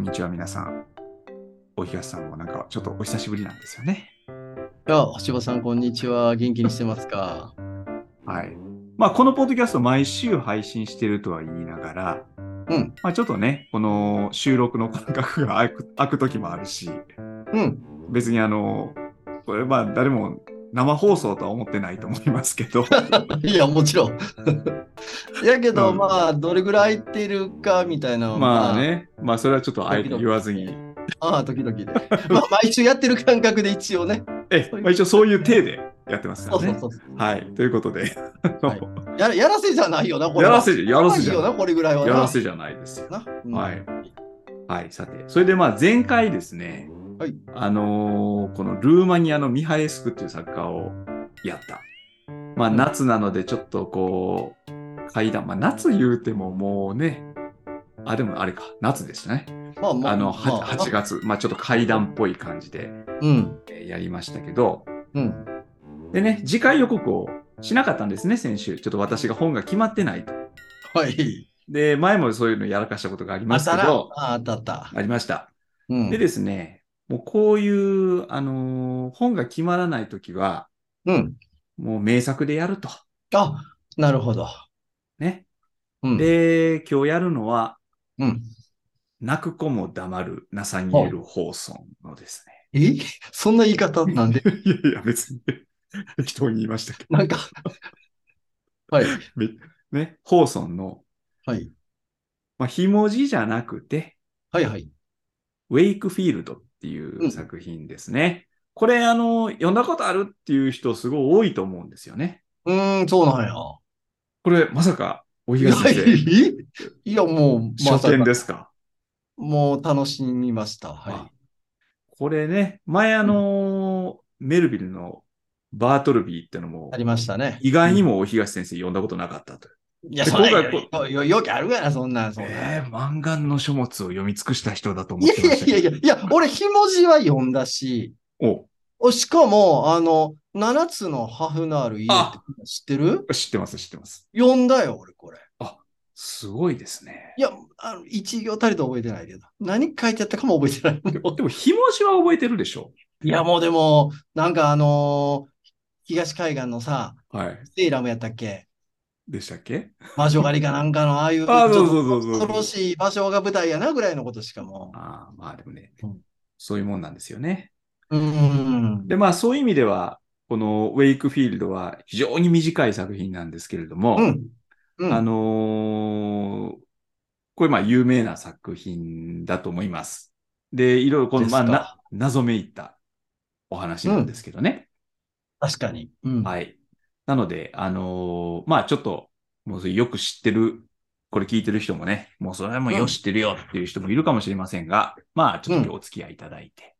にちは、皆さん。おひがさんもなんか、ちょっとお久しぶりなんですよね。あ、星葉さん、こんにちは。元気にしてますかはい。まあ、このポッドキャスト毎週配信してるとは言いながら、うん。まあ、ちょっとね、この収録の間隔が空く 空く時もあるし、うん。別にあの、これまあ、誰も生放送とは思ってないと思いますけど、 いや、もちろん。 やけど、うんまあ、どれぐらい空いてるかみたいなのはまあ。ね、まあ、それはちょっとあえて言わずに、ああ、時々で。 まあ、毎週やってる感覚で一応ね。ええ、まあ、一応そういう体でやってますかそうらそうね。そう。はい。ということ で、あのややらせじゃないよな、これやは。らせじゃ、やらせじゃないよな。な、これぐらいはいな。やらせじゃないですよ。な。うんはい。はい、さて、それでまあ前回ですね、はいあのーこのルーマニアのミハエスクっていう作家をやった。まあうん夏なのでちょっとこう、階段、まあ夏言うてももうね、あ、でもあれか、夏でしたね。まあ、まあ、あの、はまあ8。月、まあちょっと階段っぽい感じでうん。えーやりましたけど、うん。でね、次回予告をしなかったんですね、先週。ちょっと私が本が決まってないと。はい。で、前もそういうのやらかしたことがありあまっすたけな。ど、ああったあった。ありました。うんで。ですね、もうこういう、あのー本が決まらないときは、うん。もう名作でやると。あ、なるほど。ね。うん。で、今日やるのは、うん、泣く子も黙るナサニエル・ホーソンのですえ そんな言い方なんでね。 いやいや、別に、 適当に言いましたけど、なんか、はい、ね、ホーソンの、はい、まあ、ひもじじゃなくて、はい、はい。ウェイクフィールドっていう作品ですね。これ、あの、読んだことあるっていう人すごい多いと思うんですよね。うーん、そうなんや。これ、まさか、おい東や、先生、いいやもう、 ま初さか見ですかもう楽しみました。はこれね、前あのーメルビルのバートルビーってのもい。あ、りましたね。意外にも大東先生読んだことなかったと。いや、でそんな今よ回こよ、よくあるがな、そんなん、そんなん。えー、漫画の書物を読み尽くした人だと思いっやてましいたやいけやど。いや、いや、俺、ひもじは読んだし、おおしかも、あの、7つのハフナール家って知ってる知ってます、知ってます。読んだよ、俺、これ。すごいですね。いや、あの一行たりと覚えてないけど、何書いてあったかも覚えてない。でも、でもひもじは覚えてるでしょいや、もうでも、なんかあのー東海岸のさ、はい。セイラムやったっけでしたっけ魔 女狩りかなんかの、ああいう、あーちょそっとうそうそうそう恐ろしい場所が舞台やな、ぐらいのことしかもああ、まあでもね、うんそういうもんなんですよね。う。うん。で、まあそういう意味では、このウェイクフィールドは非常に短い作品なんですけれども、うん。うん。あのーこれまあ有名な作品だと思います。で、いろいろこの、ですまあ、かな謎めいたお話なんですけどね。確かに。うん。はい。なので、あのーまあちょっと、もうよく知ってる、これ聞いてる人もね、もうそれはもううよん知ってるよっていう人もいるかもしれませんが、まあちょっと今日お付き合いいただいて、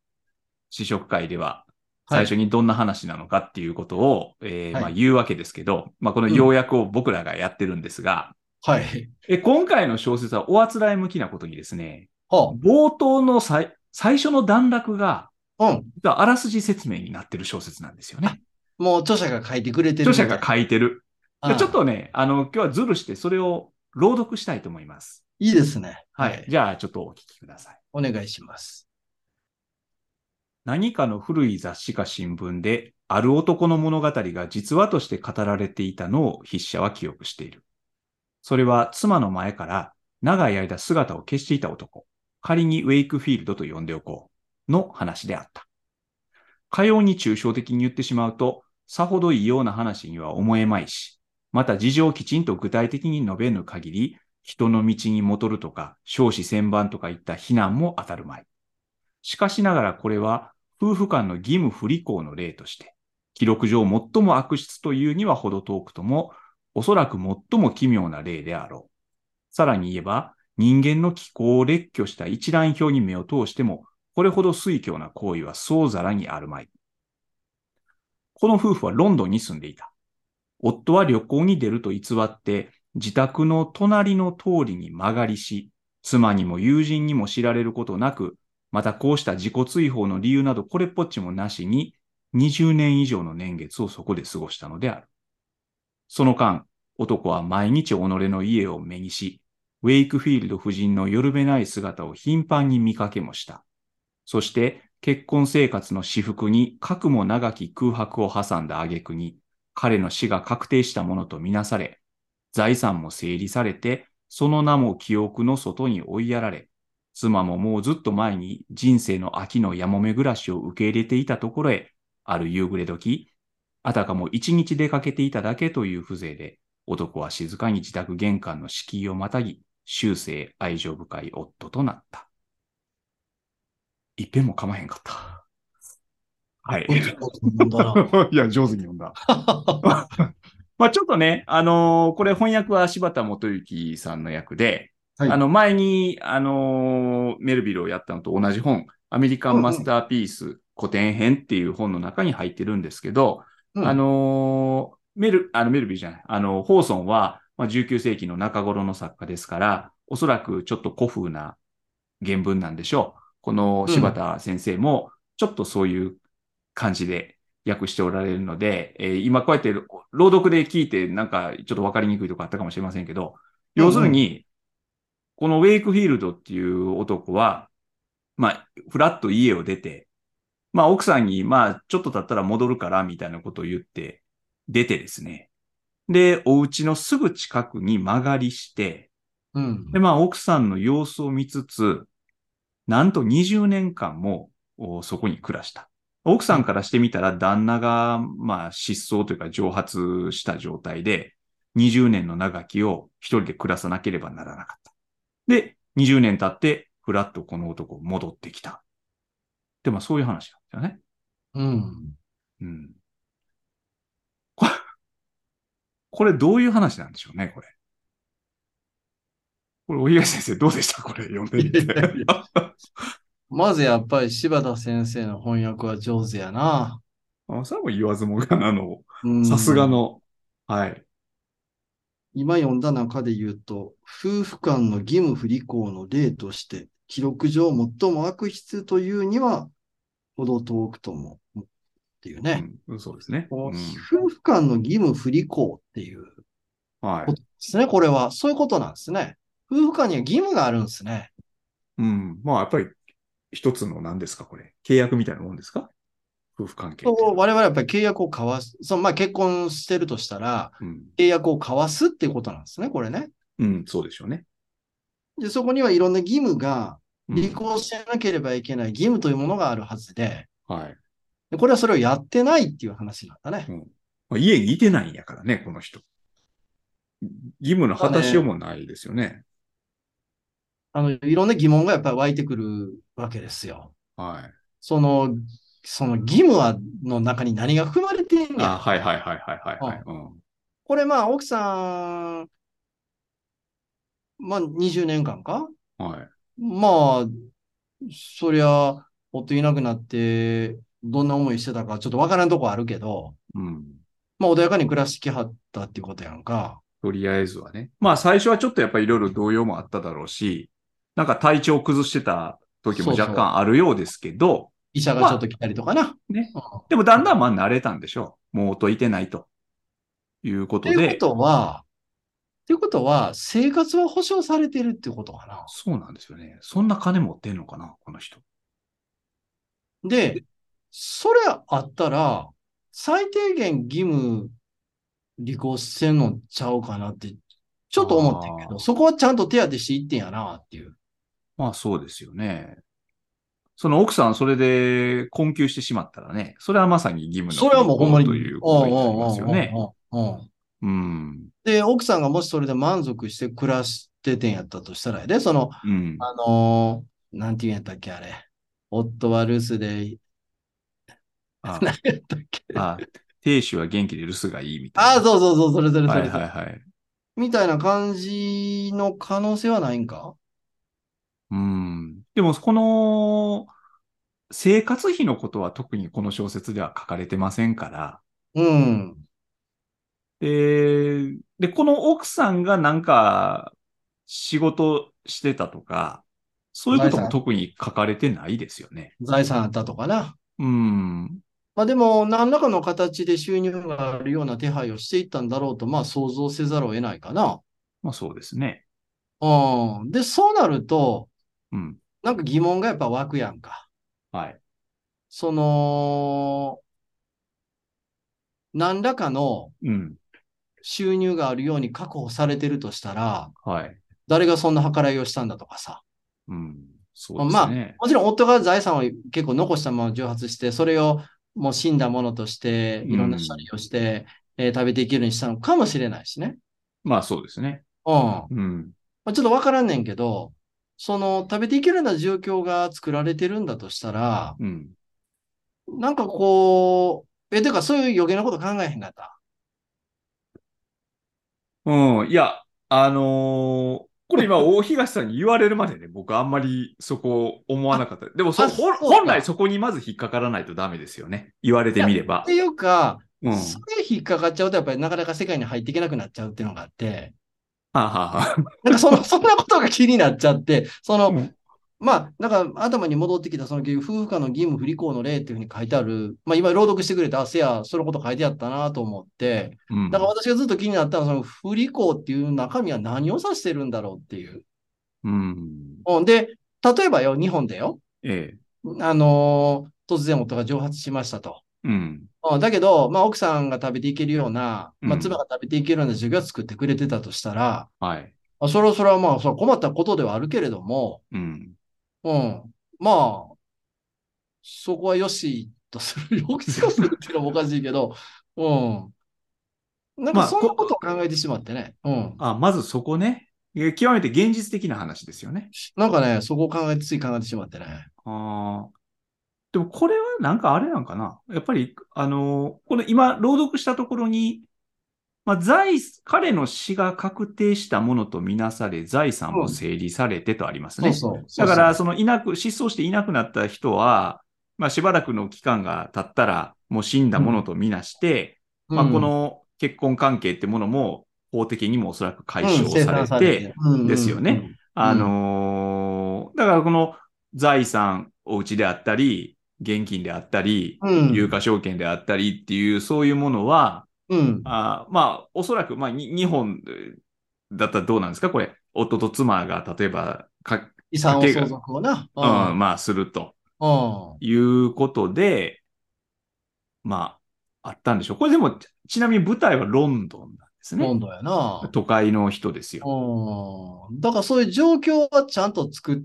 試食会ではは最い初にどんな話なのかっていうことを、えーはいまあ言うわけですけど、まあこの要約を僕らがやってるんですが、はい。え今回の小説はおあつらえ向きなことにですね、は冒頭のさい最初の段落が、あ、うん。実はあらすじ説明になってる小説なんですよね。もう著者が書いてくれてる著みた者い。が書いてる。であちょっ。とね、あの、今日はズルしてそれを朗読したいと思います。いいですね。はい。。じゃあ、ちょっとお聞きください。お願いします。何かの古い雑誌か新聞で、ある男の物語が実話として語られていたのを筆者は記憶している。それは妻の前から長い間姿を消していた男、仮にウェイクフィールドと呼んでおこう、の話であった。かように抽象的に言ってしまうと、さほど異様な話には思えまいし、また事情をきちんと具体的に述べぬ限り、人の道に戻るとか、少子千番とかいった非難も当たるまい。しかしながらこれは夫婦間の義務不履行の例として、記録上最も悪質というにはほど遠くとも、おそらく最も奇妙な例であろう。さらに言えば、人間の気候を列挙した一覧表に目を通しても、これほど推挙な行為はそうざらにあるまい。この夫婦はロンドンに住んでいた。夫は旅行に出ると偽って、自宅の隣の通りに曲がりし、妻にも友人にも知られることなく、またこうした自己追放の理由などこれっぽっちもなしに、20年以上の年月をそこで過ごしたのである。その間、男は毎日己の家を目にし、ウェイクフィールド夫人のよるべない姿を頻繁に見かけもした。そして、結婚生活の私服に、かくも長き空白を挟んだ挙句に、彼の死が確定したものとみなされ、財産も整理されて、その名も記憶の外に追いやられ、妻ももうずっと前に人生の秋のやもめ暮らしを受け入れていたところへ、ある夕暮れ時、あたかも一日出かけていただけという風情で、男は静かに自宅玄関の敷居をまたぎ、終生愛情深い夫となった。一遍も噛まへんかった。はい。なんだな。 いや、上手に読んだ。まあちょっとね、あのーこれ翻訳は柴田元幸さんの役で、はいあの前に、あのーメルビルをやったのと同じ本、アメリカンマスターピース古典編っていう本の中に入ってるんですけど、うんあのーメル、あのメルビルじゃない、あの、ホーソンは、まあ、19世紀の中頃の作家ですから、おそらくちょっと古風な原文なんでしょう。この柴田先生も、ちょっとそういう感じで訳しておられるので、えー今こうやって朗読で聞いて、なんかちょっとわかりにくいとこあったかもしれませんけど、要するに、このウェイクフィールドっていう男は、まあ、フラッと家を出て、まあ、奥さんに、まあ、ちょっと経ったら戻るから、みたいなことを言って、出てですね。で、お家のすぐ近くに間借りして、うんで、まあ、奥さんの様子を見つつ、なんと20年間もおそこに暮らした。奥さんからしてみたら、旦那が、まあ、失踪というか、蒸発した状態で、20年の長きを一人で暮らさなければならなかった。で、20年経って、ふらっとこの男戻ってきた。で、まあ、そういう話なんですよね。うん。うん。これ、 これどういう話なんでしょうね、これ。これ、お東先生どうでしたこれ読んでみていやいやい。まずやっぱり柴田先生の翻訳は上手やな。 あ、それも言わずもがなの。うんさすが。の。はい。今読んだ中で言うと、夫婦間の義務不履行の例として、記録上最も悪質というには、ほど遠くとも、っていうね。うん、そうですね。こううん夫婦間の義務不履行っていうこはとい。ですね。これは、そういうことなんですね。夫婦間には義務があるんですね。うん。まあ、やっぱり、一つの何ですか、これ。契約みたいなもんですか夫婦関係っていう我のは々はやっぱり契約を交わす、そのまあ結婚してるとしたら、うん。契約を交わすっていうことなんですね、これね。うん、そうでしょうね。で、そこにはいろんな義務が、うん履行しなければいけない義務というものがあるはずで、はい。でこれはそれをやってないっていう話なんだね。まあ、家にいてないんやからね、この人。義務の果たしようもないですよね。あの、いろんな疑問がやっぱり湧いてくるわけですよ。はい。その、その義務は、の中に何が含まれてんねあ、や。はいはいはいはいはい、はいうん。これまあ、奥さん、まあ、20年間かはい。まあ、そりゃ、夫いなくなって、どんな思いしてたかちょっとわからんとこあるけど、うん。まあ、穏やかに暮らしてきはったっていうことやんか。とりあえずはね。まあ最初はちょっとやっぱりいろいろ動揺もあっただろうし、なんか体調崩してた時もそうそう若干あるようですけど、医者がちょっと来たりとかな。ねうん。でもだんだんまあ慣れたんでしょう。もう音いてないと。いうことというこで。とは、ということは、生活は保障されてるっていうことかな。そうなんですよね。そんな金持ってんのかな、この人。で、それあったら、最低限義務履行してんのちゃうかなって、ちょっと思ってんけあーど、そこはちゃんと手当てしていってんやなっていう。まあそうですよね。その奥さん、それで困窮してしまったらね、それはまさに義務のそれはもうほんまに。ということになりますよね。うんうんうんうんうんうん。で、奥さんがもしそれで満足して暮らしててんやったとしたらやで、その、うん。あのーなんて言うんやったっけ、あれ。夫は留守で、あ何やったっけ。ああ、亭主は元気で留守がいいみたいな。あ、そうそうそう、それそれそれそはいはれ。いはい。みたいな感じの可能性はないんかうん。でも、この、生活費のことは特にこの小説では書かれてませんから、うん。で、で、この奥さんがなんか仕事してたとか、そういうことも特に書かれてないですよね。財産あったとかな。うん。まあでも、何らかの形で収入があるような手配をしていったんだろうと、まあ想像せざるを得ないかな。まあそうですね。うん。で、そうなると、うん。なんか疑問がやっぱ湧くやんか。はい。その、何らかのうん。収入があるように確保されてるとしたら、はい。誰がそんな計らいをしたんだとかさ。うん。そうでますあね。もちろん夫が財産を結構残したまま蒸発して、それをもう死んだものとして、いろんな処理をして、えー食べていけるようにしたのかもしれないしね。まあそうですね。うん。まうん。あ、ちょっとわからんねんけど、その食べていけるような状況が作られてるんだとしたら、うん。なんかこう、え、てかそういう余計なこと考えへんかった。うん。いや、あのーこれ今、大東さんに言われるまでね、僕あんまりそこ思わなかった。でもそあほんそうか本来そこにまず引っかからないとダメですよね。言われてみればって。いうか、うん。はそれ引っかかっちゃうと、やっぱりなかなか世界に入っていけなくなっちゃうっていうのがあって、あはあはあなんかその、そんなことが気になっちゃって、その、うんまあ、なんか頭に戻ってきた、その、夫婦間の義務不履行の例っていうふうに書いてある、まあ今朗読してくれた、あ、せや、そのこと書いてあったなと思って、うんだから私がずっと気になったのは、その、不履行っていう中身は何を指してるんだろうっていう。うん。うんで、例えばよ、日本でよ、ええ。あのー突然夫が蒸発しましたと。うん。うんだけど、まあ、奥さんが食べていけるような、うまあ、ん妻が食べていけるような授業を作ってくれてたとしたら、はい。まあそれはそれはまあ、それは困ったことではあるけれども、うん。うん、まあ、そこはよしとする、よしとするっていうのもおかしいけど、うん。なんまかあそんなことを考えてしまってね、うん。あ、まずそこね。え極めて現実的な話ですよね。なんかね、そこを考えて、つい考えてしまってね。ああ。でもこれはなんかあれなんかな。やっぱり、あのーこの今、朗読したところに、まあ、財、彼の死が確定したものとみなされ、財産も整理されてとありますそね。うそう。だから、そうそのいなく、失踪していなくなった人は、まあ、しばらくの期間が経ったら、もう死んだものとみなして、そう、まあ、うんこ、の結婚関係ってものも、法的にもおそらく解消うんされて、、ですよね。生産あのーだからこの財産、お家であったり、現金であったり、うんうんうん有価証券であったりっていう、そういうものは、うん。あーまあ、おそらく、まあ、に日本だったらどうなんですかこれ、夫と妻が例えばか、遺産を相続をな。うんうんまあ、するとうんいうことで、まあ、あったんでしょう。これでも、ちちなみに舞台はロンドンなんです今ね。度やな。都会の人ですよ。うん。だからそういう状況はちゃんと作っ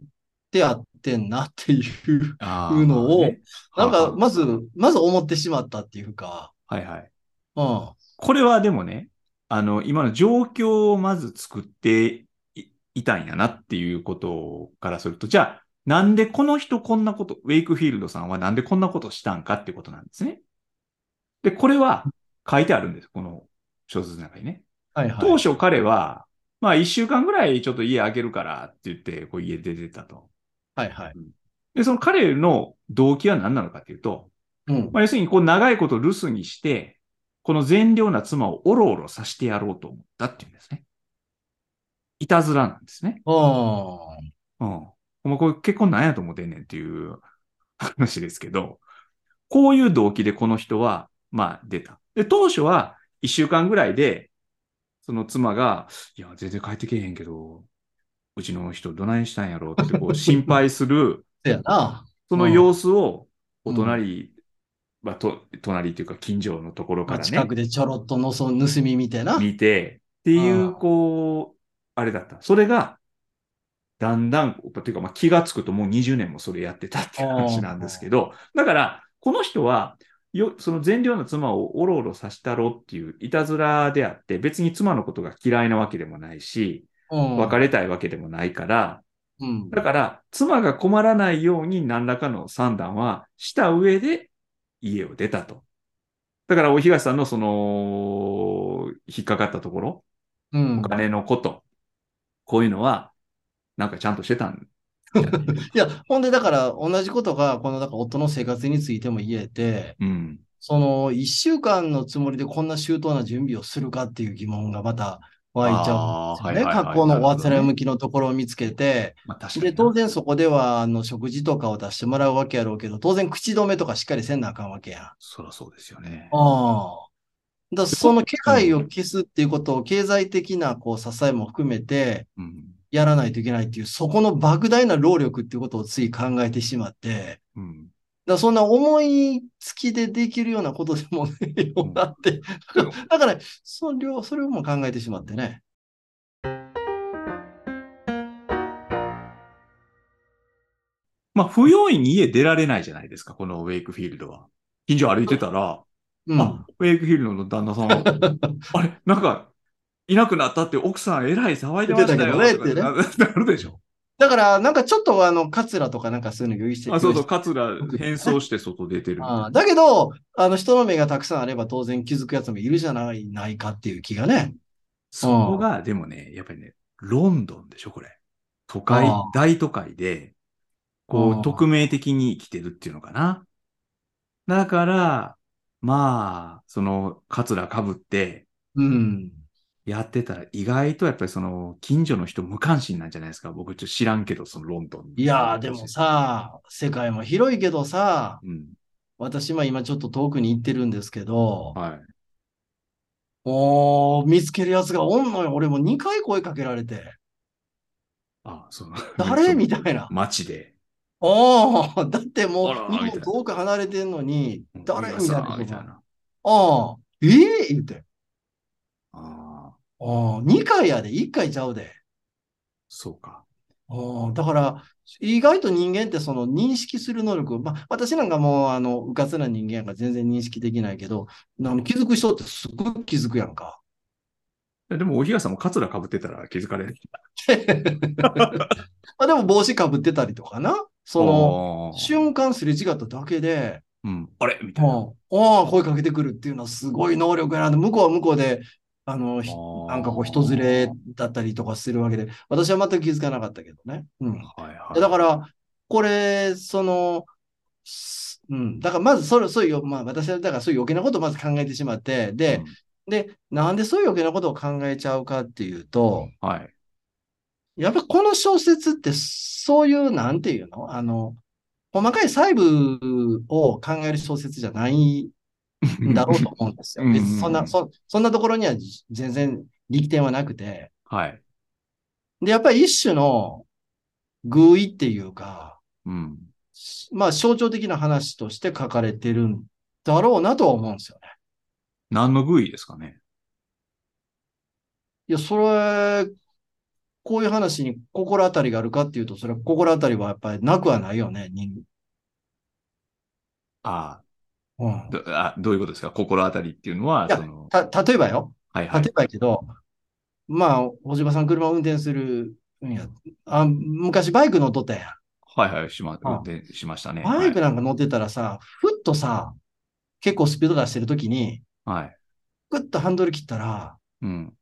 てやってんなっていう、あいうのをねなんはあかはまず、まず思ってしまったっていうか、あはいはい。うん。これはでもね、あの、今の状況をまず作っていいたんやなっていうことからすると、じゃあ、なんでこの人こんなこと、ウェイクフィールドさんはなんでこんなことしたんかってことなんですね。で、これは書いてあるんです。この小説の中にね。はいはい。当初彼は、まあ一週間ぐらいちょっと家開けるからって言って、こう家出てたと。はいはい。で、その彼の動機は何なのかっていうと、うん。まあ、要するに、こう、長いこと留守にして、この善良な妻をおろおろさせてやろうと思ったっていうんですね。いたずらなんですね。うん。うん。お前これ結婚なんやと思ってんねんっていう話ですけど、こういう動機でこの人は、まあ出た。で、当初は一週間ぐらいで、その妻が、いや、全然帰ってけえへんけど、うちの人どないしたんやろうってこう心配する、せやな。その様子を、お隣、まあ、と、隣というか近所のところまかあ、ら近ね、くでちょろっとのそ盗み見てな。見て、っていあう、あこう、あれだった。それが、だんだん、というか、まあ、気がつくともう20年もそれやってたっていう話なんですけど、だから、この人は、よ、その善良な妻をおろおろさせたろっていういたずらであって、別に妻のことが嫌いなわけでもないし、うん。別れたいわけでもないから、うん。だから、妻が困らないように何らかの算段はした上で家を出たと。だから、大東さんのその、引っかかったところ、うんお。金のこと、こういうのは、なんかちゃんとしてたんじゃ ないですかいや、ほんで、だから、同じことが、この、だから、夫の生活についても言えて、うん。その、一週間のつもりでこんな周到な準備をするかっていう疑問がまた湧いちゃうんですよあーはいはいね。はい格好のおあつらえ向きのところを見つけて、まあ、確かで、に当な。然そこでは、あの、食事とかを出してもらうわけやろうけど、当然口止めとかしっかりせんなあかんわけやん。あそりゃそうですよね。あ。だからその気配を消すっていうことを経済的なこう支えも含めて、うん。やらないといけないっていう、そこの莫大な労力っていうことをつい考えてしまって、うん。だからそんな思いつきでできるようなことでもねえよなって。だから、その両、それをも考えてしまってね。まあ、不用意に家出られないじゃないですか、このウェイクフィールドは。近所歩いてたら、うん。あ、ウェイクフィールドの旦那さ ん、あれ、なんか、いなくなったって奥さんえらい騒いでましたよ。言ってたけどねとかななるでしょ。だから、なんかちょっとあの、カツラとかなんかそういうの用意してあ、そう そう、用意してカツラ変装して外出てるみたいあな。あだけど、あの、人の目がたくさんあれば当然気づくやつもいるじゃない、ないかっていう気がね。そこが、でもね、やっぱりね、ロンドンでしょ、これ。都会ああ、大都会で、こああう、匿名的に生きてるっていうのかな。だから、まあ、その、カツラ被って、うん。やってたら意外とやっぱりその近所の人無関心なんじゃないですか。僕ちょっと知らんけど、そのロンドン。いやー、でも。さ、世界も広いけどさ、うん。私は今ちょっと遠くに行ってるんですけど、はい。おー、見つけるやつがおんのよ。俺も2回声かけられて、あ、その。誰みたいいな。街で。おー、だってもうあら日本みたいな遠く離れてんのに、うん誰おみいたさいなーみたいな。ああ、ええ言うて。ああ、ああ、2回やで、1回ちゃうで。そうか。ああ、だから、意外と人間ってその認識する能力、まあ、私なんかもう、あの、うかつな人間やから全然認識できないけど、あの気づく人ってすっごく気づくやんか。でも、おひがさんもカツラ被ってたら気づかれる。まあ、でも帽子かぶってたりとかな。その、の瞬間すれ違っただけで、うん。あれみたいな。ああ、ああ声かけてくるっていうのはすごい能力やな。向こうは向こうで、あの、ひああなんかこう人連れだったりとかするわけで、私は全く気づかなかったけどね。うん。はいはい。だから、これ、その、すうん、だからまずそれ、そういうよ、まあ私はだからそういう余計なことをまず考えてしまって、で、で、なんでそういう余計なことを考えちゃうかっていうと、うんはい。やっぱこの小説ってそういう、なんていうのあの、細かい細部を考える小説じゃないん だろうと思うんですよ。うん別にそんな、そそんなところには全然力点はなくて。 はい。で、やっぱり一種の偶意っていうか、うん。まあ、象徴的な話として書かれてるんだろうなとは思うんですよね。何の部位ですかね。いや、それ、こういう話に心当たりがあるかっていうと、それは心当たりはやっぱりなくはないよね、人あうんあ、どあどういうことですか心当たりっていうのは、いやその、た、例えばよ。はいは例いえ。ばやけど、まあ、小島さん車運転するんや。あ、昔バイク乗っとったやん。はいはい、しま、あ運転しましたね。バイクはいなんか乗ってたらさ、ふっとさ、結構スピード出してるときに、はい。ぐっとハンドル切ったら、うん。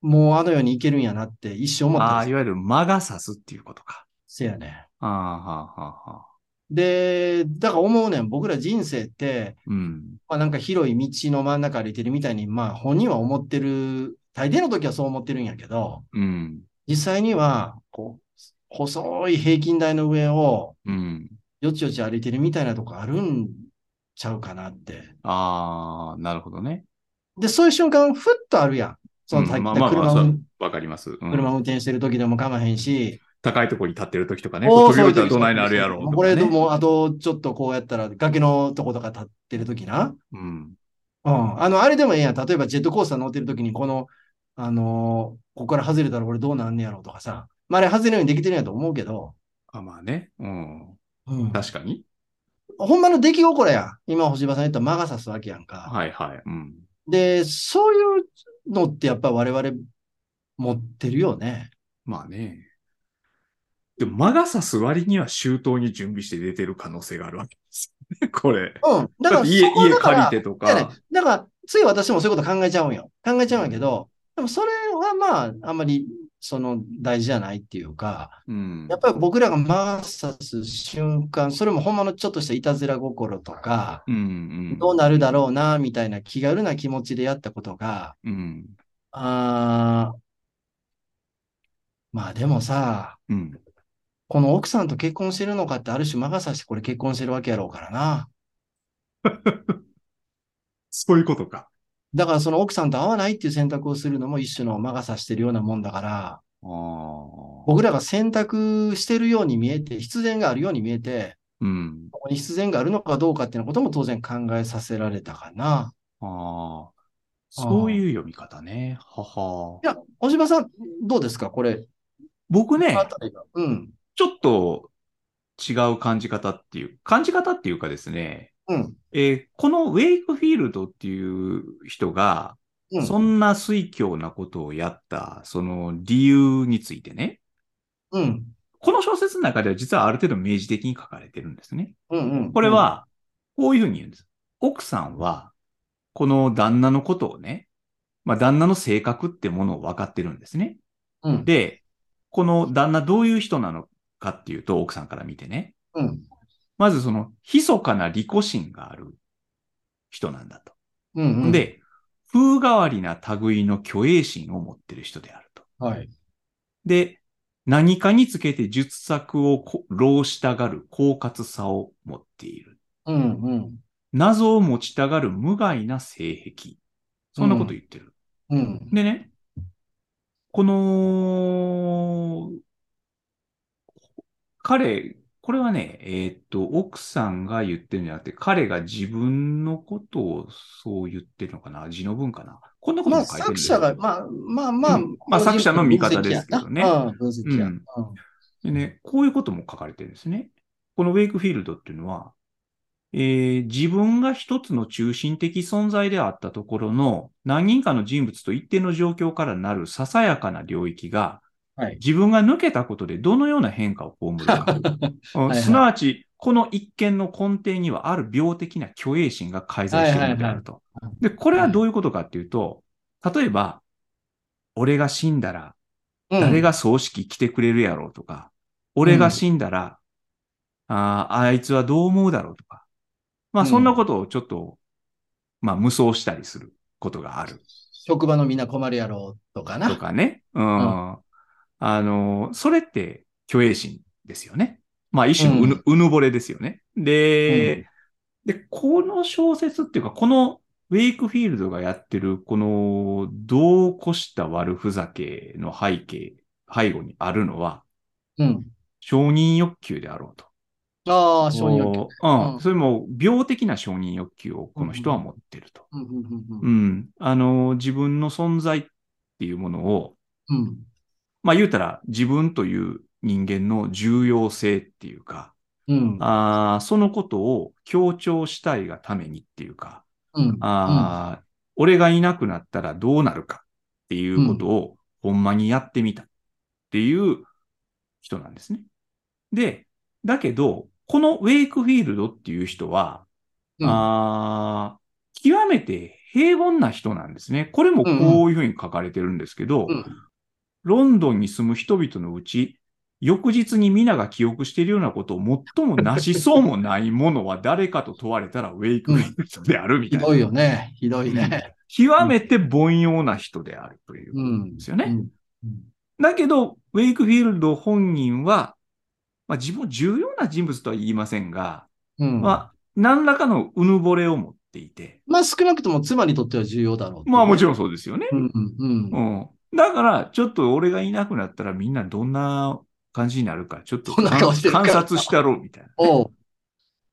もうあの世に行けるんやなって一瞬思ったあんあ、でいわゆる間が差すっていうことか。すよ。せやね。ああ、はあ、はあ、はあ。で、だから思うねん、僕ら人生って、うん。まあ、なんか広い道の真ん中歩いてるみたいに、まあ本人は思ってる、大抵の時はそう思ってるんやけど、うん。実際には、こう、細い平均台の上を、うん。よちよち歩いてるみたいなとこあるんちゃうかなって。ああ、なるほどね。で、そういう瞬間、ふっとあるやん。その、うんさっきま言あったまあまあ車そをう、わかります。うん車を運転してる時でも構わへんし、高いところに立ってる時とかね、おー飛び降りたらそどういう時ないなるやろうとか、ね。これでも、あと、ちょっとこうやったら、崖のとことか立ってる時な。うん。うん。あの、あれでもええやん。例えばジェットコースター乗ってるときに、この、あのーここから外れたら俺どうなんねやろうとかさ。まあ、あれ外れるようにできてるんやと思うけど、あ、まあね。うん。うん。確かに。ほんまの出来心やん。今、星葉さん言った魔が差すわけやんか。はいはい。うん。で、そういうのってやっぱ我々持ってるよね。まあね。でも、魔が差す割には周到に準備して出てる可能性があるわけですよね、これ。うん。だからだって家、そこは家だか借らりてとそうやねか。だから、つい私もそういうこと考えちゃうんよ。考えちゃうんやけど、でもそれはまあ、あんまり、その、大事じゃないっていうか、うん。やっぱり僕らが回す瞬間、それもほんまのちょっとしたいたずら心とか、うんうん。どうなるだろうな、みたいな気軽な気持ちでやったことが、うん。あーまあでもさ、うん。この奥さんと結婚してるのかってある種魔が差してこれ結婚してるわけやろうからな。そういうことか。だからその奥さんと会わないっていう選択をするのも一種の魔が差してるようなもんだから、あー僕らが選択してるように見えて、必然があるように見えて、うん。ここに必然があるのかどうかっていうことも当然考えさせられたかな。。ああ。そういう読み方ね。ははいや、小島さん、どうですかこれ。僕ね、あたりがうん。ちょっと違う感じ方っていう、感じ方っていうかですね、うん。えーこのウェイクフィールドっていう人が、うん。そんな水教なことをやった、その理由についてね、うん。この小説の中では実はある程度明示的に書かれてるんですね。うん。うん。これ、は、こういうふうに言うんです。奥さんは、この旦那のことをね、まあ旦那の性格ってものを分かってるんですね。うん。で、この旦那どういう人なのかっていうと、奥さんから見てね、うん。まずその、密かな利己心がある人なんだと。うん。うん、で、風変わりな類の虚栄心を持ってる人であると。はい。で、何かにつけて術策をこ浪したがる狡猾さを持っている。うん。うん。謎を持ちたがる無害な性癖。そんなこと言ってる。うん。でね、この、彼、これはね、えーっと、奥さんが言ってるんじゃなくて、彼が自分のことをそう言ってるのかな字の文かなこんなこともまあ、書いてるん作です者よが、まあ、まあまあ、うんまあ作者の見方ですけどね分析やなうん分析や。ううんん。でね、こういうことも書かれてるんですね。このウェイクフィールドっていうのは、えー自分が一つの中心的存在であったところの何人かの人物と一定の状況からなるささやかな領域が、はい自分が抜けたことでどのような変化を被る か。うんはいすなわち、この一見の根底にはある病的な虚栄心が介在しているのであるとはいはい。で、これはどういうことかっていうと、例えば、俺が死んだらうん誰が葬式来てくれるやろうとか、俺が死んだら、あーあいつはどう思うだろうとか、まあうんそんなことをちょっと、まあ無双したりすることがある職場のみんな困るやろうとかな。とかね。うん。んあのー、それって虚栄心ですよね。まあ一種のうぬ,、うぬぼれですよね。で、で、この小説っていうか、このウェイクフィールドがやってる、この、どうこした悪ふざけの背景、背後にあるのは、うん。承認欲求であろうと。ああ、承認欲求。うん。うんそれも、病的な承認欲求をこの人は持ってると。うんうんうんう。うんんあの、自分の存在っていうものを、うんまあ言うたら、自分という人間の重要性っていうか、うんあーそのことを強調したいがためにっていうか、うんあー俺がいなくなったらどうなるかっていうことを、ほんまにやってみたっていう人なんですね。で、だけど、このウェイクフィールドっていう人は、うんあー極めて平凡な人なんですね。これもこういうふうに書かれてるんですけど、うんロンドンに住む人々のうち、翌日に皆が記憶しているようなことを最もなしそうもないものは誰かと問われたらウェイクフィールドであるみたひいな。どいよね。ひどいね。極めて凡庸な人であるといううことん。ですよね。うんだけど、ウェイクフィールド本人は、まあ、自分、重要な人物とは言いませんが、うんまあ、まあ、何らかのうぬぼれを持っていて、少なくとも妻にとっては重要だろう。まあもちろん。ろんそうですよね。うんうんううん。ん。だから、ちょっと俺がいなくなったらみんなどんな感じになるか、ちょっとどんな顔してるか観察したろうみたいな。だかお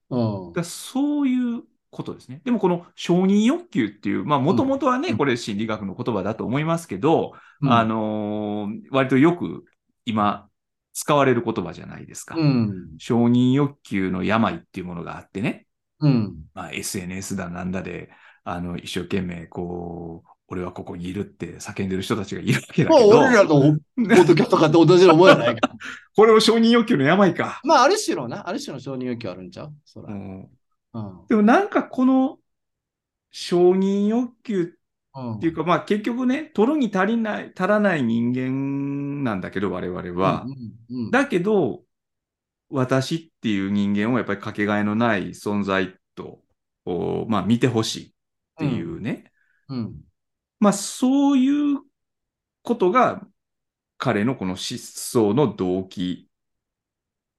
う。うん。らそういうことですね。でもこの承認欲求っていう、まあもともとはね、うんこれ心理学の言葉だと思いますけど、うんあ、のー割とよく今使われる言葉じゃないですか。うん。承認欲求の病っていうものがあってね、うん。まあ、SNS だなんだで、あの、一生懸命こう、俺はここにいるって叫んでる人たちがいるわけだまあ、けど、俺らのポッドキャストとかと同じようなもんやない か。これを承認欲求の病か。まあ、ある種のな、ある種の承認欲求あるんちゃうそら。ううん。んうん。でもなんかこの承認欲求っていううか、まあ結局ね、取るに足りない、足らない人間なんだけど、我々んは。うんうん。だけど、私っていう人間をやっぱりかけがえのない存在と、おまあ見てほしいっていうね、うん。まあそういうことが彼のこの失踪の動機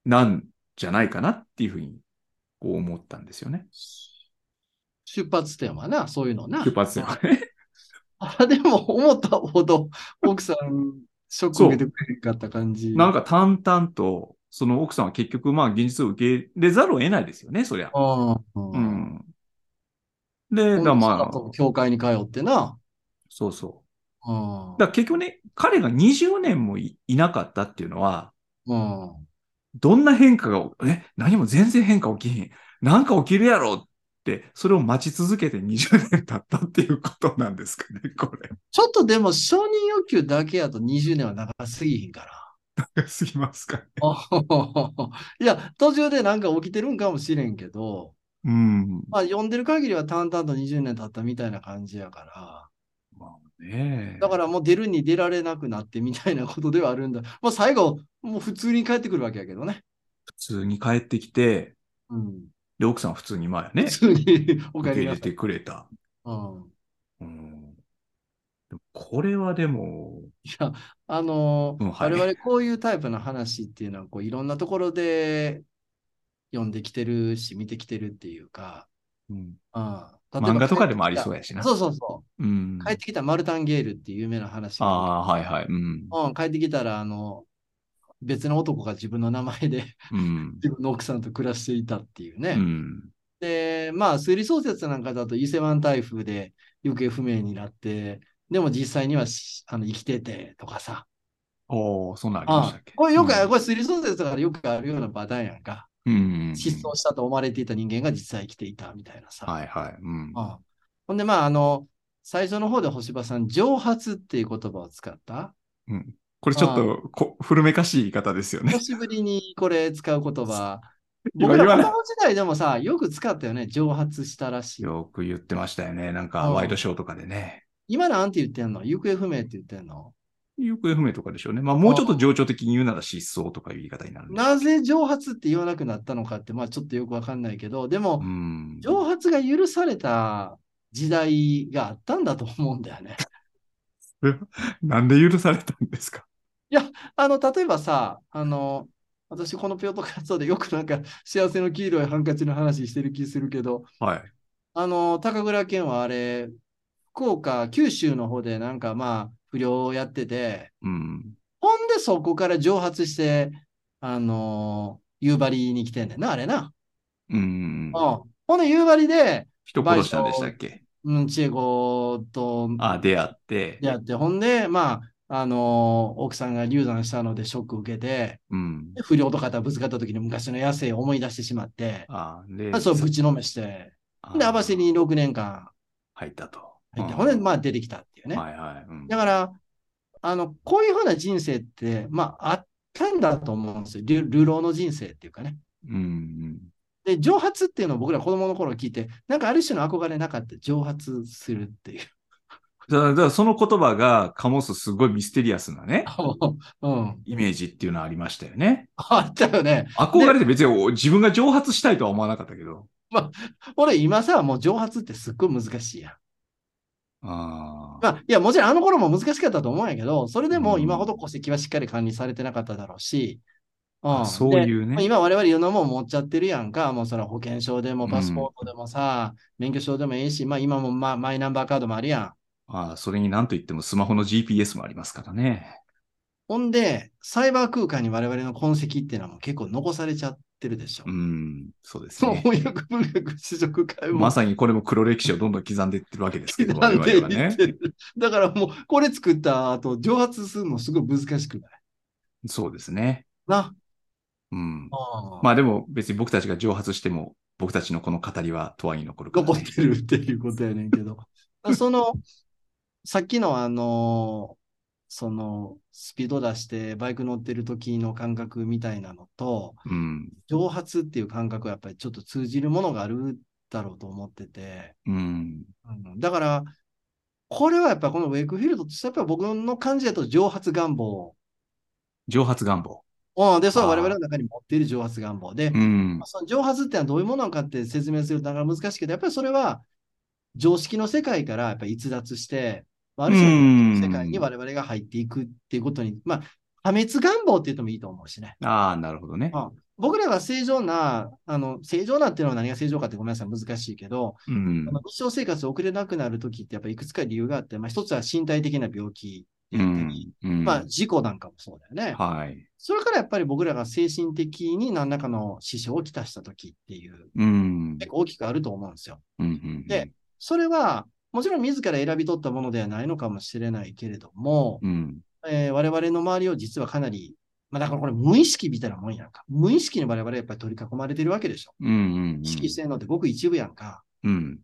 なんじゃないかなっていうふうにこう思ったんですよね。出発点はな、そういうのな。出発点はね。あでも、思ったほど、奥さんショック受けてくれへんかった感じ。 なんか淡々と、その奥さんは結局、まあ、現実を受け入れざるを得ないですよね、そりゃ。ああ。ううん。ん。で、だからまあ、教会に通ってな。そうそう。うん。だから結局ね、彼が20年もいいなかったっていうのは、うん。どんな変化が、え、何も全然変化起きひん。なんか起きるやろって、それを待ち続けて20年経ったっていうことなんですかね、 これ。ちょっとでも承認欲求だけやと20年は長すぎひんから。すぎますかね。 いや、途中でなんか起きてるんかもしれんけど、うん。まあ読んでる限りは淡々と20年経ったみたいな感じやかまあねら、だからもう出るに出られなくなってみたいなことではあるんだ。まあ最後、もう普通に帰ってくるわけやけどね。普通に帰ってきて、うん。で、奥さんは普通に前ね普、通にお受け入かげなれ さい。てくれた。うん。うん。でもこれはでも、いや、あのーうんはい我々こういうタイプの話っていうのは、こういろんなところで読んできてるし、見てきてるっていうか、うん、うん、漫画とかでもありそうややしな。そうそうそう。うん。帰ってきたマルタンゲールっていう有名な話あがああ、はいはい。うん。る、うん、帰ってきたら、あの、別の男が自分の名前で うん。自分の奥さんと暮らしていたっていうね。うん。で、まあ、推理小説なんかだと伊勢湾台風で行方不明になって、でも実際にはしあの生きててとかさ。おおそんなんありましあたっけこれよく、うんこれ推理小説だからよくあるようなパターンやんか。うん。失踪したと思われていた人間が実際生きていたみたいなさ。はいはい。うん。うんほんで、まあ、あの、最初の方で星葉さん、蒸発っていう言葉を使った。これちょっとこ古めかしい言い方ですよね 久。しぶりにこれ使う言葉。今僕ら言わ子ない供時代でもさ、よく使ったよね。蒸発したらしい。よく言ってましたよね。なんかうんワイドショーとかでね。今なんて言ってんの行方不明って言ってんの行方不明とかでしょうね。まあもうちょっと情緒的に言うなら失踪とかいう言い方になるんでしょうなぜ蒸発って言わなくなったのかって、まあちょっとよくわかんないけど、でもう、ん。蒸発が許された時代があったんだと思うんだよね。 なんで許されたんですかあの、例えばさ、あの、私このピョート活動でよくなんか幸せの黄色いハンカチの話してる気するけど、はい。あの、高倉健はあれ、福岡、九州の方でなんかまあ、不良をやってて、うん。ほんでそこから蒸発して、あのー夕張に来てんねんな、あれな。うんうん。。ほんで夕張で、人殺したんでしたっけうん、千恵子とあ、出会って。出会って、ほんで、まあ、あのー奥さんが流産したのでショック受けて、うん。で不良と肩ぶつかった時に昔の野生を思い出してしまって、あ、で、そうぶちのめして、あほんで、網走に6年間入ったと。入って、うんほんで、まあ出てきたっていうね。はいはい。うんだから、あの、こういうふうな人生って、まあ、あったんだと思うんですよ。流流浪の人生っていうかね。うん。で、蒸発っていうのを僕ら子供の頃聞いて、なんかある種の憧れなかった。蒸発するっていう。 だからだからその言葉が醸すすごいミステリアスなね、うん。イメージっていうのはありましたよね。あったよね。憧れて別にお自分が蒸発したいとは思わなかったけど。俺今さ、もう蒸発ってすっごい難しいやん。あまあ、いや、もちろんあの頃も難しかったと思うんやけど、それでもうん今ほど戸籍はしっかり管理されてなかっただろうし、うあん、そうでいうまあね。今我々いろんなもん持っちゃってるやんか。もうそれは保険証でもパスポートでもさ、免許証でもいいし、まあ今もまあマイナンバーカードもあるやん。あそれに何と言ってもスマホの GPS もありますからね。ほんで、サイバー空間に我々の痕跡っていうのはもう結構残されちゃってるでしょう。ん、そうですそう、ね。翻訳文学試食会 もまさにこれも黒歴史をどんどん刻んでいってるわけですけ 刻 ど、ん我々でいはっね。てる。だからもうこれ作った後、蒸発するのすごい難しくないそうですね。な。うん。あまあでも別に僕たちが蒸発しても、僕たちのこの語りは永遠に残るから、ね。残ってるっていうことやねんけ ど。その、さっきのあの、その、スピード出してバイク乗ってる時の感覚みたいなのと、うん。蒸発っていう感覚はやっぱりちょっと通じるものがあるだろうと思ってて、うん。うんだから、これはやっぱこのウェイクフィールドとしてやっぱ僕の感じだと蒸発願望。蒸発願望。うん、で、それはあー我々の中に持っている蒸発願望で、うんまあ。その蒸発ってのはどういうものなのかって説明するとなかなか難しいけど、やっぱりそれは常識の世界からやっぱり逸脱して、まあ、ある種の世界に我々が入っていくっていうことに、まあ、破滅願望って言ってもいいと思うしね。ああ、なるほどね。あ僕らが正常な、あの、正常なっていうのは何が正常かってごめんなさい、難しいけど、うんあ。の日常生活を送れなくなるときってやっぱりいくつか理由があって、まあ、一つは身体的な病気う言ったんり、。うんまあ、事故なんかもそうだよね。はい。それからやっぱり僕らが精神的に何らかの支障をきたした時っていう、うん。結構大きくあると思うんですよ。うんうんでそれは、もちろん自ら選び取ったものではないのかもしれないけれども、うん。えー我々の周りを実はかなり、まあ、だからこれ無意識みたいなもんやんか。無意識に我々はやっぱり取り囲まれてるわけでしょ。うん。うん。意識してるのってごく一部やんか。うん。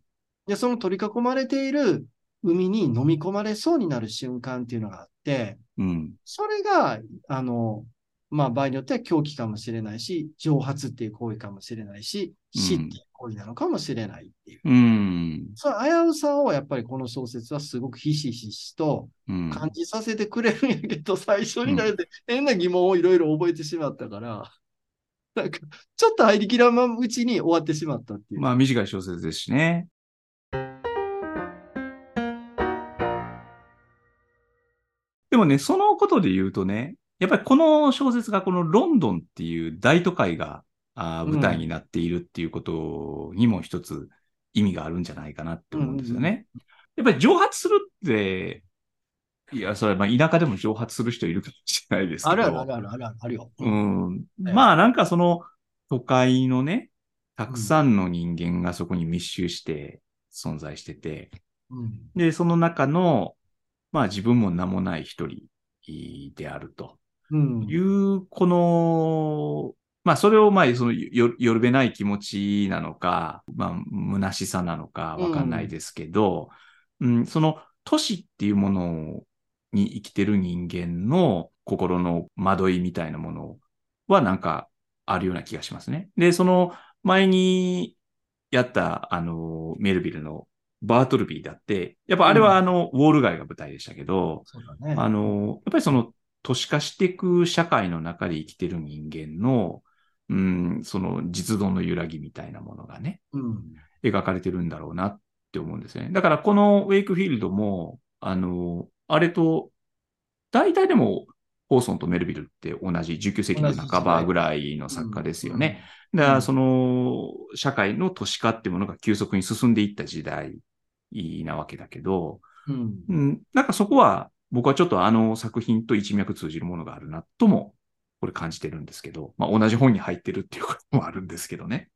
で、その取り囲まれている海に飲み込まれそうになる瞬間っていうのがあって、うん。それが、あの、まあ場合によっては狂気かもしれないし、蒸発っていう行為かもしれないし、死っていう行為なのかもしれないっていう。うん。その危うさをやっぱりこの小説はすごくひしひしとうん。感じさせてくれるんやけど、最初になって変な疑問をいろいろ覚えてしまったから、 なんかちょっと入りきらまんうちに終わってしまったっていう。まあ、短い小説ですしね。でもね、そのことで言うとね、やっぱりこの小説がこのロンドンっていう大都会があーうん舞台になっているっていうことにも一つ意味があるんじゃないかなって思うんですよね。やっぱり蒸発するって、いや、それはまあ田舎でも蒸発する人いるかもしれないですけど。あるあるあるあるあるあるよ。うん。ねまあなんかその都会のね、たくさんの人間がそこに密集して存在してて、うんで、その中の、まあ自分も名もない一人であるとうんい。う、この、まあそれをまあそのよ、よるべない気持ちなのか、まあ虚しさなのかわかんないですけど、うん、その都市っていうものに生きてる人間の心の惑いみたいなものはなんかあるような気がしますね。で、その前にやったあのメルビルのバートルビーだって、やっぱあれはあの、ウォール街が舞台でしたけど、そうだね。あの、やっぱりその都市化していく社会の中で生きてる人間の、うん、その実存の揺らぎみたいなものがね、うん。描かれてるんだろうなって思うんですよね。だからこのウェイクフィールドも、あの、あれと、大体でも、ホーソンとメルビルって同じ19世紀の半ばぐらいの作家ですよね。だかうらんその、社会の都市化っていうものが急速に進んでいった時代なわけだけど、うん。ううん。ん、なんかそこは僕はちょっとあの作品と一脈通じるものがあるなとも、これ感じてるんですけど、まあ同じ本に入ってるっていうこともあるんですけどね。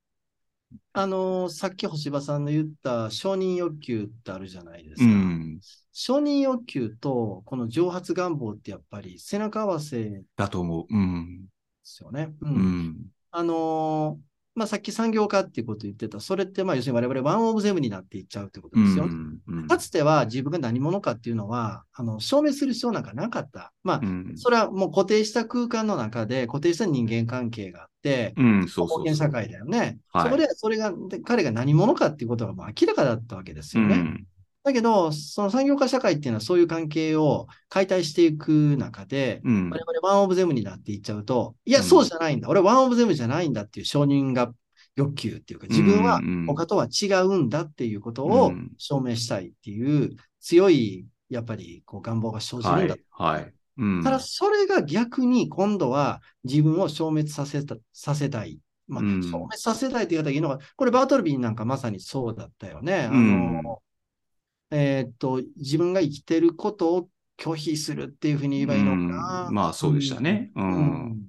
あのーさっき星葉さんの言った承認欲求ってあるじゃないですうか。ん。承認欲求とこの蒸発願望ってやっぱり背中合わせでだと思う。うん。すよね。う。うんん。あのーまあ、さっき産業化っていうこと言ってた。それって、まあ、要するに我々ワンオブゼムになっていっちゃうってことうですよね。ん。うんかつては自分が何者かっていうのは、あの、証明する必要なんかなかった。まあう、ん。それはもう固定した空間の中で固定した人間関係があって、うん、そう貢そう献そ社う。会だよね。はいそこで、それが、で彼が何者かっていうことがもう明らかだったわけですうよね。ん。だけど、その産業化社会っていうのはそういう関係を解体していく中で、うん我。々ワンオブゼムになっていっちゃうと、いや、うんそうじゃないんだ。俺ワンオブゼムじゃないんだっていう承認が欲求っていうか、自分はうんうん他とは違うんだっていうことをうん証明したいっていう強い、やっぱりこう願望が生じるはんだい。はい。うん。ただ、それが逆に今度は自分を消滅させた、させたい。まあ、うん消滅させたいって言い方がいいのか、これバートルビーなんかまさにそうだったよね。あうんの、えーっと、自分が生きてることを拒否するっていうふうに言えばいいのかうん。まあそうでしたね。う。うんん。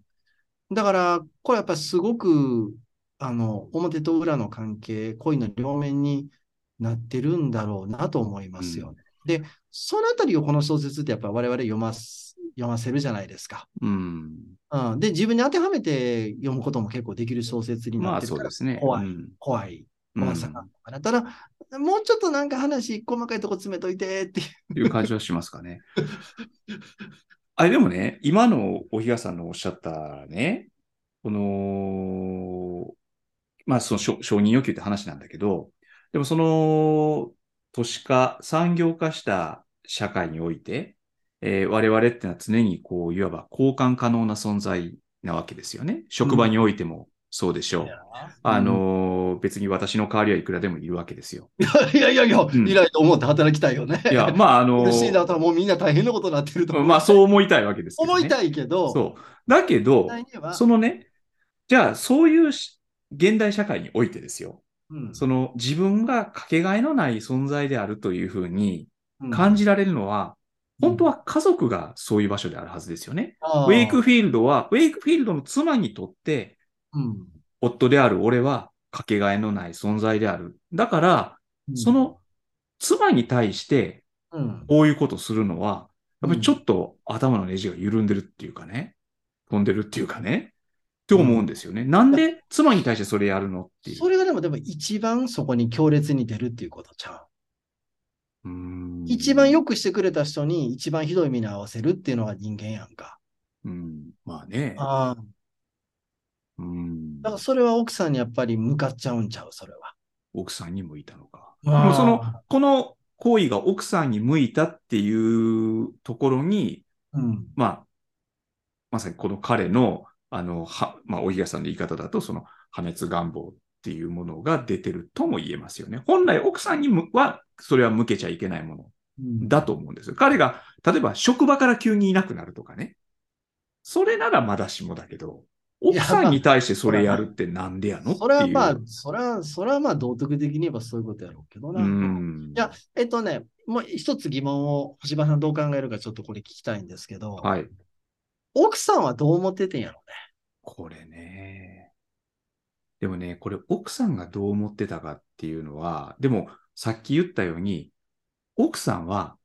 だから、これやっぱすごく、あの、表と裏の関係、恋の両面になってるんだろうなと思いますよね。で、そのあたりをこの小説ってやっぱ我々読ます、読ませるじゃないですか。うん。うん、で、自分に当てはめて読むことも結構できる小説になまっあてるそかうでらすね。怖いうん怖い、うん怖さがあるのかな。ただ、もうちょっとなんか話、細かいとこ詰めといてっていう。いう感じはしますかね。あれでもね、今のおひがさんのおっしゃったね、この、まあその承承認要求って話なんだけど、でもその都市化、産業化した社会において、えー我々ってのは常にこう、いわば交換可能な存在なわけですよね。職場においてもそうでしょう。あのー別に私の代わりはいくらでもいるわけですよ。うん、いやいやいや、んいないと思って働きたいよね。いや、まああ のー苦しいなともうみんな大変なことになってると思う。まあそう思いたいわけですけどね。思いたいけど、そう。だけど実、際にはそのね、じゃあそういうし現代社会においてですよ、うんその自分がかけがえのない存在であるというふうにうん感じられるのは、本当は家族がそういう場所であるはずですよね。あウェイクーフィールドは、ウェイクフィールドの妻にとって、うん夫である俺はかけがえのない存在である。だから、うんその妻に対してうんこういうことするのは、やっぱりちょっと頭のネジが緩んでるっていうかね、飛んでるっていうかね、って思うんですよね。なんで妻に対してそれやるのっていう。それがでも、でも一番そこに強烈に出るっていうことちゃうう。ーん一番よくしてくれた人に一番ひどい目に合わせるっていうのは人間やんか。うん、まあね。ああ。うんだからそれは奥さんにやっぱり向かっちゃうんちゃう、それは。奥さんに向いたのか。ででもその、この行為が奥さんに向いたっていうところに、うん。まあ、まさにこの彼の、あの、は、まあ、大東さんの言い方だと、その破滅願望っていうものが出てるとも言えますよね。本来奥さんにむは、それは向けちゃいけないもうんのだと思うんですよ。彼が、例えば職場から急にいなくなるとかね。それならまだしもだけど、い奥やさんに対してそれやるってなんでやのってそれはいう。まあ、それは、それはまあ、道徳的に言えばそういうことやろうけどな。うん。いやえっとね、もう一つ疑問を星葉さんどう考えるかちょっとこれ聞きたいんですけど、はい。奥さんはどう思っててんやろこれね。でもね、これ奥さんがどう思ってたかっていうのは、でもさっき言ったように、奥さんは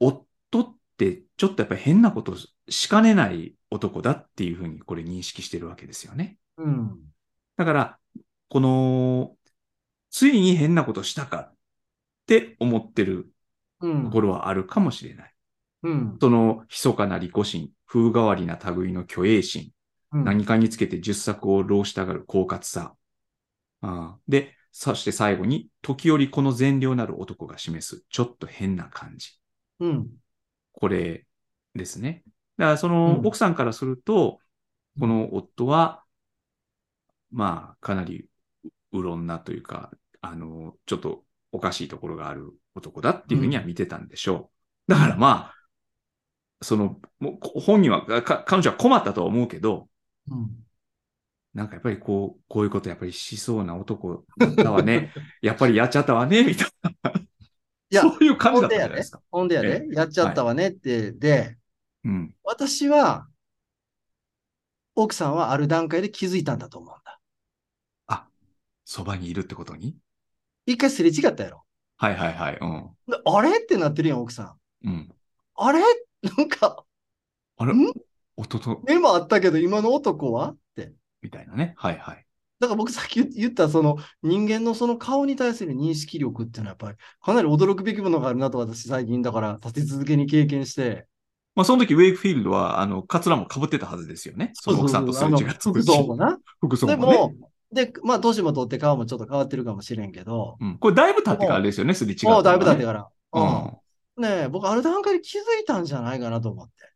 夫ってちょっとやっぱり変なことしかねない男だっていうふうにこれ認識してるわけですよね。うね。うん。だから、この、ついに変なことしたかって思ってるうん。ところはあるかもしれない。うん。その、密かな利己心、風変わりな類の虚栄心、うん何かにつけて十作を浪したがる狡猾さ。ああで、そして最後に、時折この善良なる男が示す、ちょっと変な感じ。うん。これですね。だから、そのうん奥さんからすると、うんこの夫は、まあ、かなりううろんなというか、あの、ちょっとおかしいところがある男だっていうふうには見てたんでしょう。だからまあ、その、もうこ本人は、か彼女は困ったとは思うけど、うん。なんかやっぱりこう、こういうことやっぱりしそうな男だわ ね。やっぱりやっちゃったわね、みたいいやな。、そういう感じだったんじゃないですか。ほんでやで、やっちゃったわねって、で、うん。私は、奥さんはある段階で気づいたんだと思うんだ。そばにいるってことに一回すれ違ったやろ。はいはいはい。うん。であれってなってるやん、奥さん。うん。あれ なんか、あれん音と、目もあったけど、今の男はって。みたいなね。はいはい。だから僕さっき言った、その人間のその顔に対する認識力っていうのはやっぱりかなり驚くべきものがあるなと私最近だから立て続けに経験して。まあその時、ウェイクフィールドは、あの、カツラも被ってたはずですよね。その奥さんとすれ違あっのた時服装もな。服装でもね。も、で、まあ年も取って顔もちょっと変わってるかもしれんけど、うん。これだいぶ経ってからですよね、すれ違ったのもはうだいぶ経ってねから。うんう。ん。ねえ、僕ある段階で気づいたんじゃないかなと思って。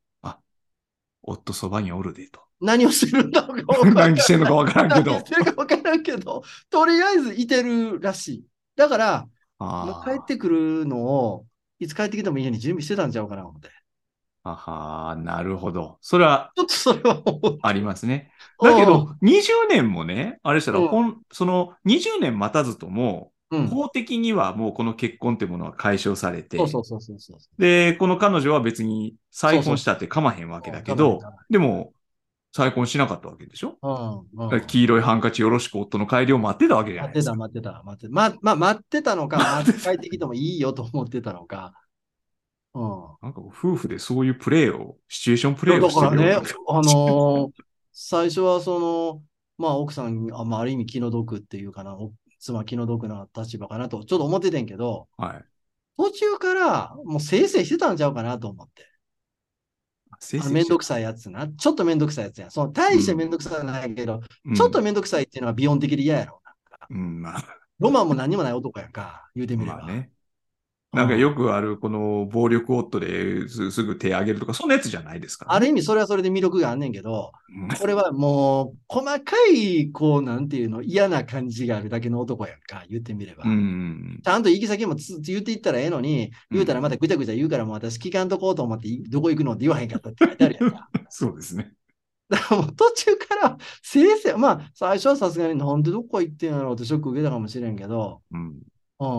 夫そばにおるでと。何をしてるんだろうか分からん 何してんのかわからんけ何をどし。てるか分からんけど、とりあえずいてるらしい。だから、もあうー帰ってくるのを、いつ帰ってきても家に準備してたんちゃうかな、思って。あはー、なるほど。それはちょっとそれは思う。ありますね。だけど、20年もね、あれしたら、うんほんその20年待たずとも、うん、うん法的にはもうこの結婚ってものは解消されて、そうそうそうそうそう。で、この彼女は別に再婚したって構まへんわけだけど、そうそうでも、再婚しなかったわけでしょ、うん、うだん。から黄色いハンカチよろしく夫の帰りを待ってたわけじゃな待いっでてすた、か。待ってた、待ってた。ま、まあ、待ってたのか、待って帰ってきてもいいよと思ってたのか。うん。なんか夫婦でそういうプレーを、シチュエーションプレーだをしてからるね、よあのー最初はその、まあ、奥さん、あまあ、ある意味気の毒っていうかな、お妻気の毒な立場かなと、ちょっと思っててんけど、はい。途中からもうせいせいしてたんちゃうかなと思って。先あめんどくさいやつな。ちょっとめんどくさいやつやん。その、大してめんどくさくないけど、ちょっとめんどくさいっていうのは美容的で嫌やろ。うん、うんまあ、ロマンも何もない男やんか、言うてみれば。まあね。なんかよくある、この暴力夫ですすぐ手上げるとか、そんなやつじゃないですから、ある意味それはそれで魅力があんねんけど、うんこれはもう、細かい、こう、なんていうの、嫌な感じがあるだけの男やんか、言ってみれば。うん。ちゃんと行き先もつ言っていったらええのに、言うたらまたぐちゃぐちゃ言うから、もう私聞かんとこうと思って、いどこ行くのって言わへんかったって書いてあるや んか。そうですね。だからもう途中から、先生、まあ、最初はさすがになんでどこ行ってんやろうってショック受けたかもしれんけど、うん。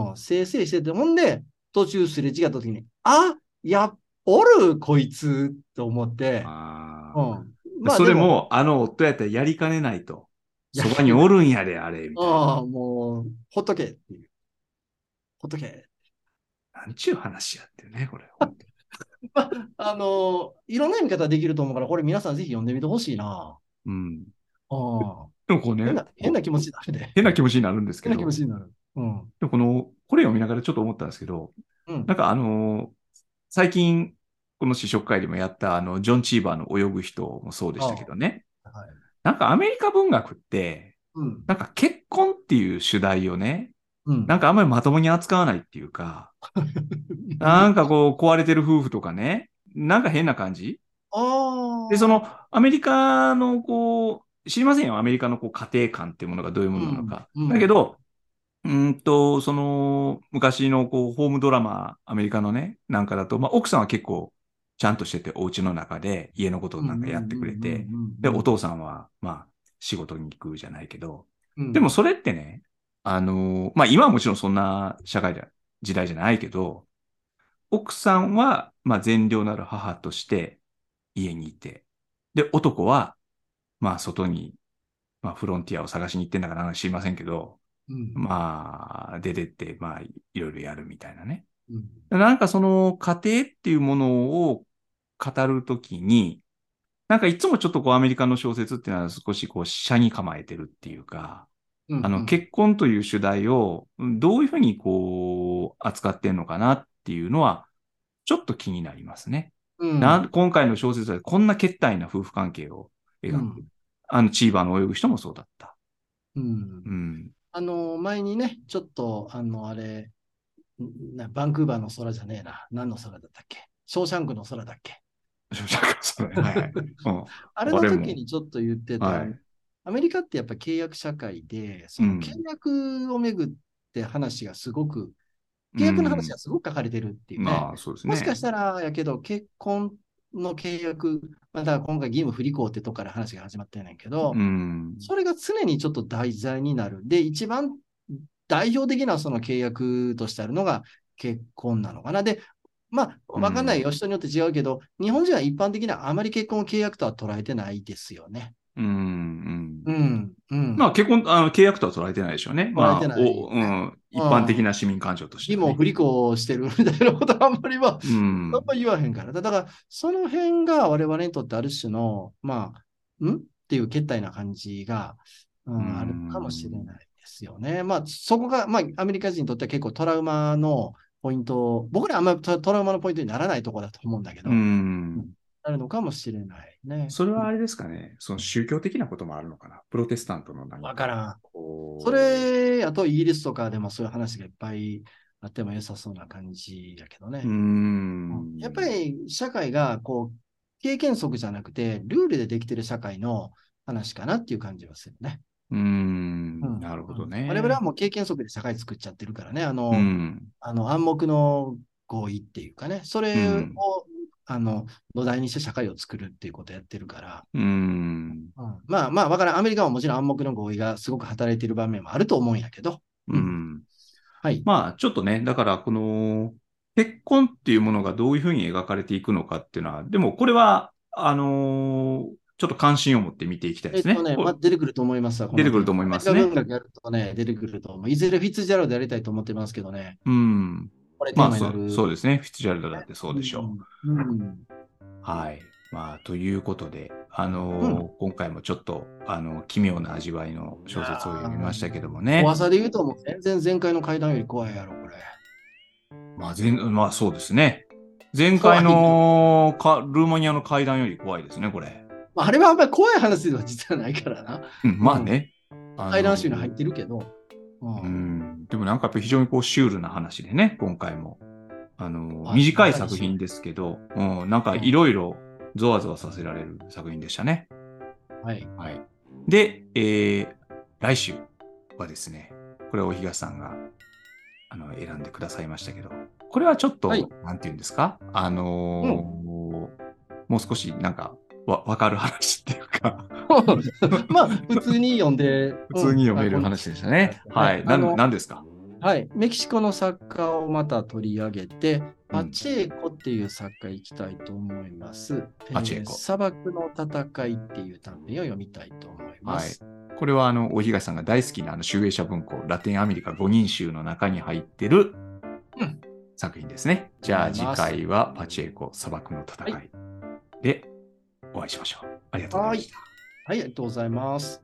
うん、せいせいしてて、ほんで、途中すれ違った時に、あやっおる、こいつと思って、あうーん。まあそれで、も、あの夫やったらやりかねないと。やそばにおるんやで、あれ、みたいああ、もう、ほっとけっていう。ほっとけ。な。なんちゅう話やってるね、これ。あの、いろんな読み方できると思うから、これ皆さんぜひ読んでみてほしいな。うん。うんでもこうね変な、変な気持ちになるで。変な気持ちになるん ですけ変ど、な気持ちでになる。うん。もこの、これを見ながらちょっと思ったんですけど、うんな。んかあのー最近、この試食会でもやった、あの、ジョン・チーバーの泳ぐ人もそうでしたけどね。はいなんかアメリカ文学って、うん。なんか結婚っていう主題をね、うん。なんかあんまりまともに扱わないっていうか、なんかこう壊れてる夫婦とかね、なんか変な感じああ。で、そ、のアメリカのこう、知りませんよ、アメリカのこう家庭観っていうものがどういうものなのか。うんうんだけど、うーんと、その昔のこうホームドラマ、アメリカのね、なんかだと、まあ、奥さんは結構ちゃんとしてて、お家の中で家のことなんかやってくれて、で、お父さんは、まあ、仕事に行くじゃないけど、うん、でもそれってね、あのーまあ今はもちろんそんな社会じゃ、時代じゃないけど、奥さんは、まあ善良なる母として家にいて、で、男は、まあ外に、まあフロンティアを探しに行ってんだからなんか知りませんけど、うん、まあ出てって、まあいろいろやるみたいなね。うんなんかその家庭っていうものを語るときに、なんかいつもちょっとこうアメリカの小説っていうのは少しこう社に構えてるっていうか、うんあの、結婚という主題をうんどういうふうにこう扱ってんのかなっていうのはちょっと気になりますね。うん、な今回の小説はこんな決対な夫婦関係を描く。うんあの、チーバーの泳ぐ人もそうだった。うんうん。 あの、前にね、ちょっと、あの、あれ、んなバンクーバーの空じゃねえな。何の空だったっけショーシャンクの空だっけそうねはいはいうんあれのあれも時にちょっと言ってた、はいアメリカってやっぱ契約社会で、そのうん契約をめぐって話がすごく、契約の話がすごく書かれてるっていううんね。まあ、そうですね。もしかしたら、やけど、結婚の契約、まあだから今回義務不履行ってとこから話が始まってんねんけど、うん。それが常にちょっと題材になる。で、一番代表的なその契約としてあるのが結婚なのかな。で、まあ、うんわかんないよ。人によって違うけど、日本人は一般的にはあまり結婚を契約とは捉えてないですよね。うん。うん。うん。うん。まあ、結婚、あの、契約とは捉えてないでしょうね。まあ、捉えてないおうん。一般的な市民感情として義ね、務を不履行してるみたいなことはあんまりはうん。あんまり言わへんから。だだから、その辺が我々にとってある種の、まあ、んっていう決体な感じが、ううんんあるかもしれないですよね。まあ、そこが、まあ、アメリカ人にとっては結構トラウマのポイント、僕らあんまりトトラウマのポイントにならないところだと思うんだけど、うん。なるのかもしれないね。それはあれですかね、その宗教的なこともあるのかな、プロテスタントのなんわからん。こうそ、れやとイギリスとかでもそういう話がいっぱいあっても良さそうな感じやけどね。うーん。やっぱ、り社会がこう経験則じゃなくて、ルールでできてる社会の話かなっていう感じはするね。うーんうん、なるほどね。我々はもう経験則で社会作っちゃってるからね、あの、うん、あの暗黙の合意っていうかね、それを、うんあの土台にして社会を作るっていうことをやってるから、うん、うんまあまあ、わからん、アメリカはもちろん暗黙の合意がすごく働いてる場面もあると思うんやけど、う。うんはい。まあ、ちょっとね、だから、この、結婚っていうものがどういうふうに描かれていくのかっていうのは、でもこれは、あのーちょっと関心を持って見ていきたいえでっすね。とね、こうまあ、出てくると思いますわ。出てくるとい思います文ね。学やるとね、出てくると思う。いずれフィッツジェラルドやりたいと思ってますけどね。うん。これテまあーマにそなる、う、そうですね。フィッツジェラルドだってそうでしょう。うん。うんはい。まあ、ということで、あのうー今回もちょっと、あの、奇妙な味わいの小説を読みましたけどもね。怖さで言うと、もう全然前回の階段より怖いやろ、これ。まあ、前まあ、そうですね。前回のかルーマニアの階段より怖いですね、これ。まあ、あれはあんまり怖い話では実はないからな。うん、まあね。あの階段集に入ってるけど。ううんん。でもなんかやっぱ非常にこうシュールな話でね、今回も。あのーあ短い作品ですけど、うん、なんかいろいろゾワゾワさせられる作品でしたね。はい。 はい。で、えー来週はですね、これは大東さんがあの選んでくださいましたけど、これはちょっと、はいなんていうんですか、あのーもう少しなんかわ分かる話っていうか、まあ、普通に読んで。 普通に読める話でしたね。うんはい。なあのんなんですかはい。メキシコの作家をまた取り上げて、うんパチェーコっていう作家行きたいと思います。パチェーコえ砂漠の戦いっていう短編を読みたいと思います。これはあの、大東さんが大好きなあの、集英社文庫、ラテンアメリカ5人集の中に入ってるうん作品ですね。じゃああり次がとうございます回はパチエコ砂漠の戦い、はでお会いしましょう。ありがとうございました。はい、ありがとうございます。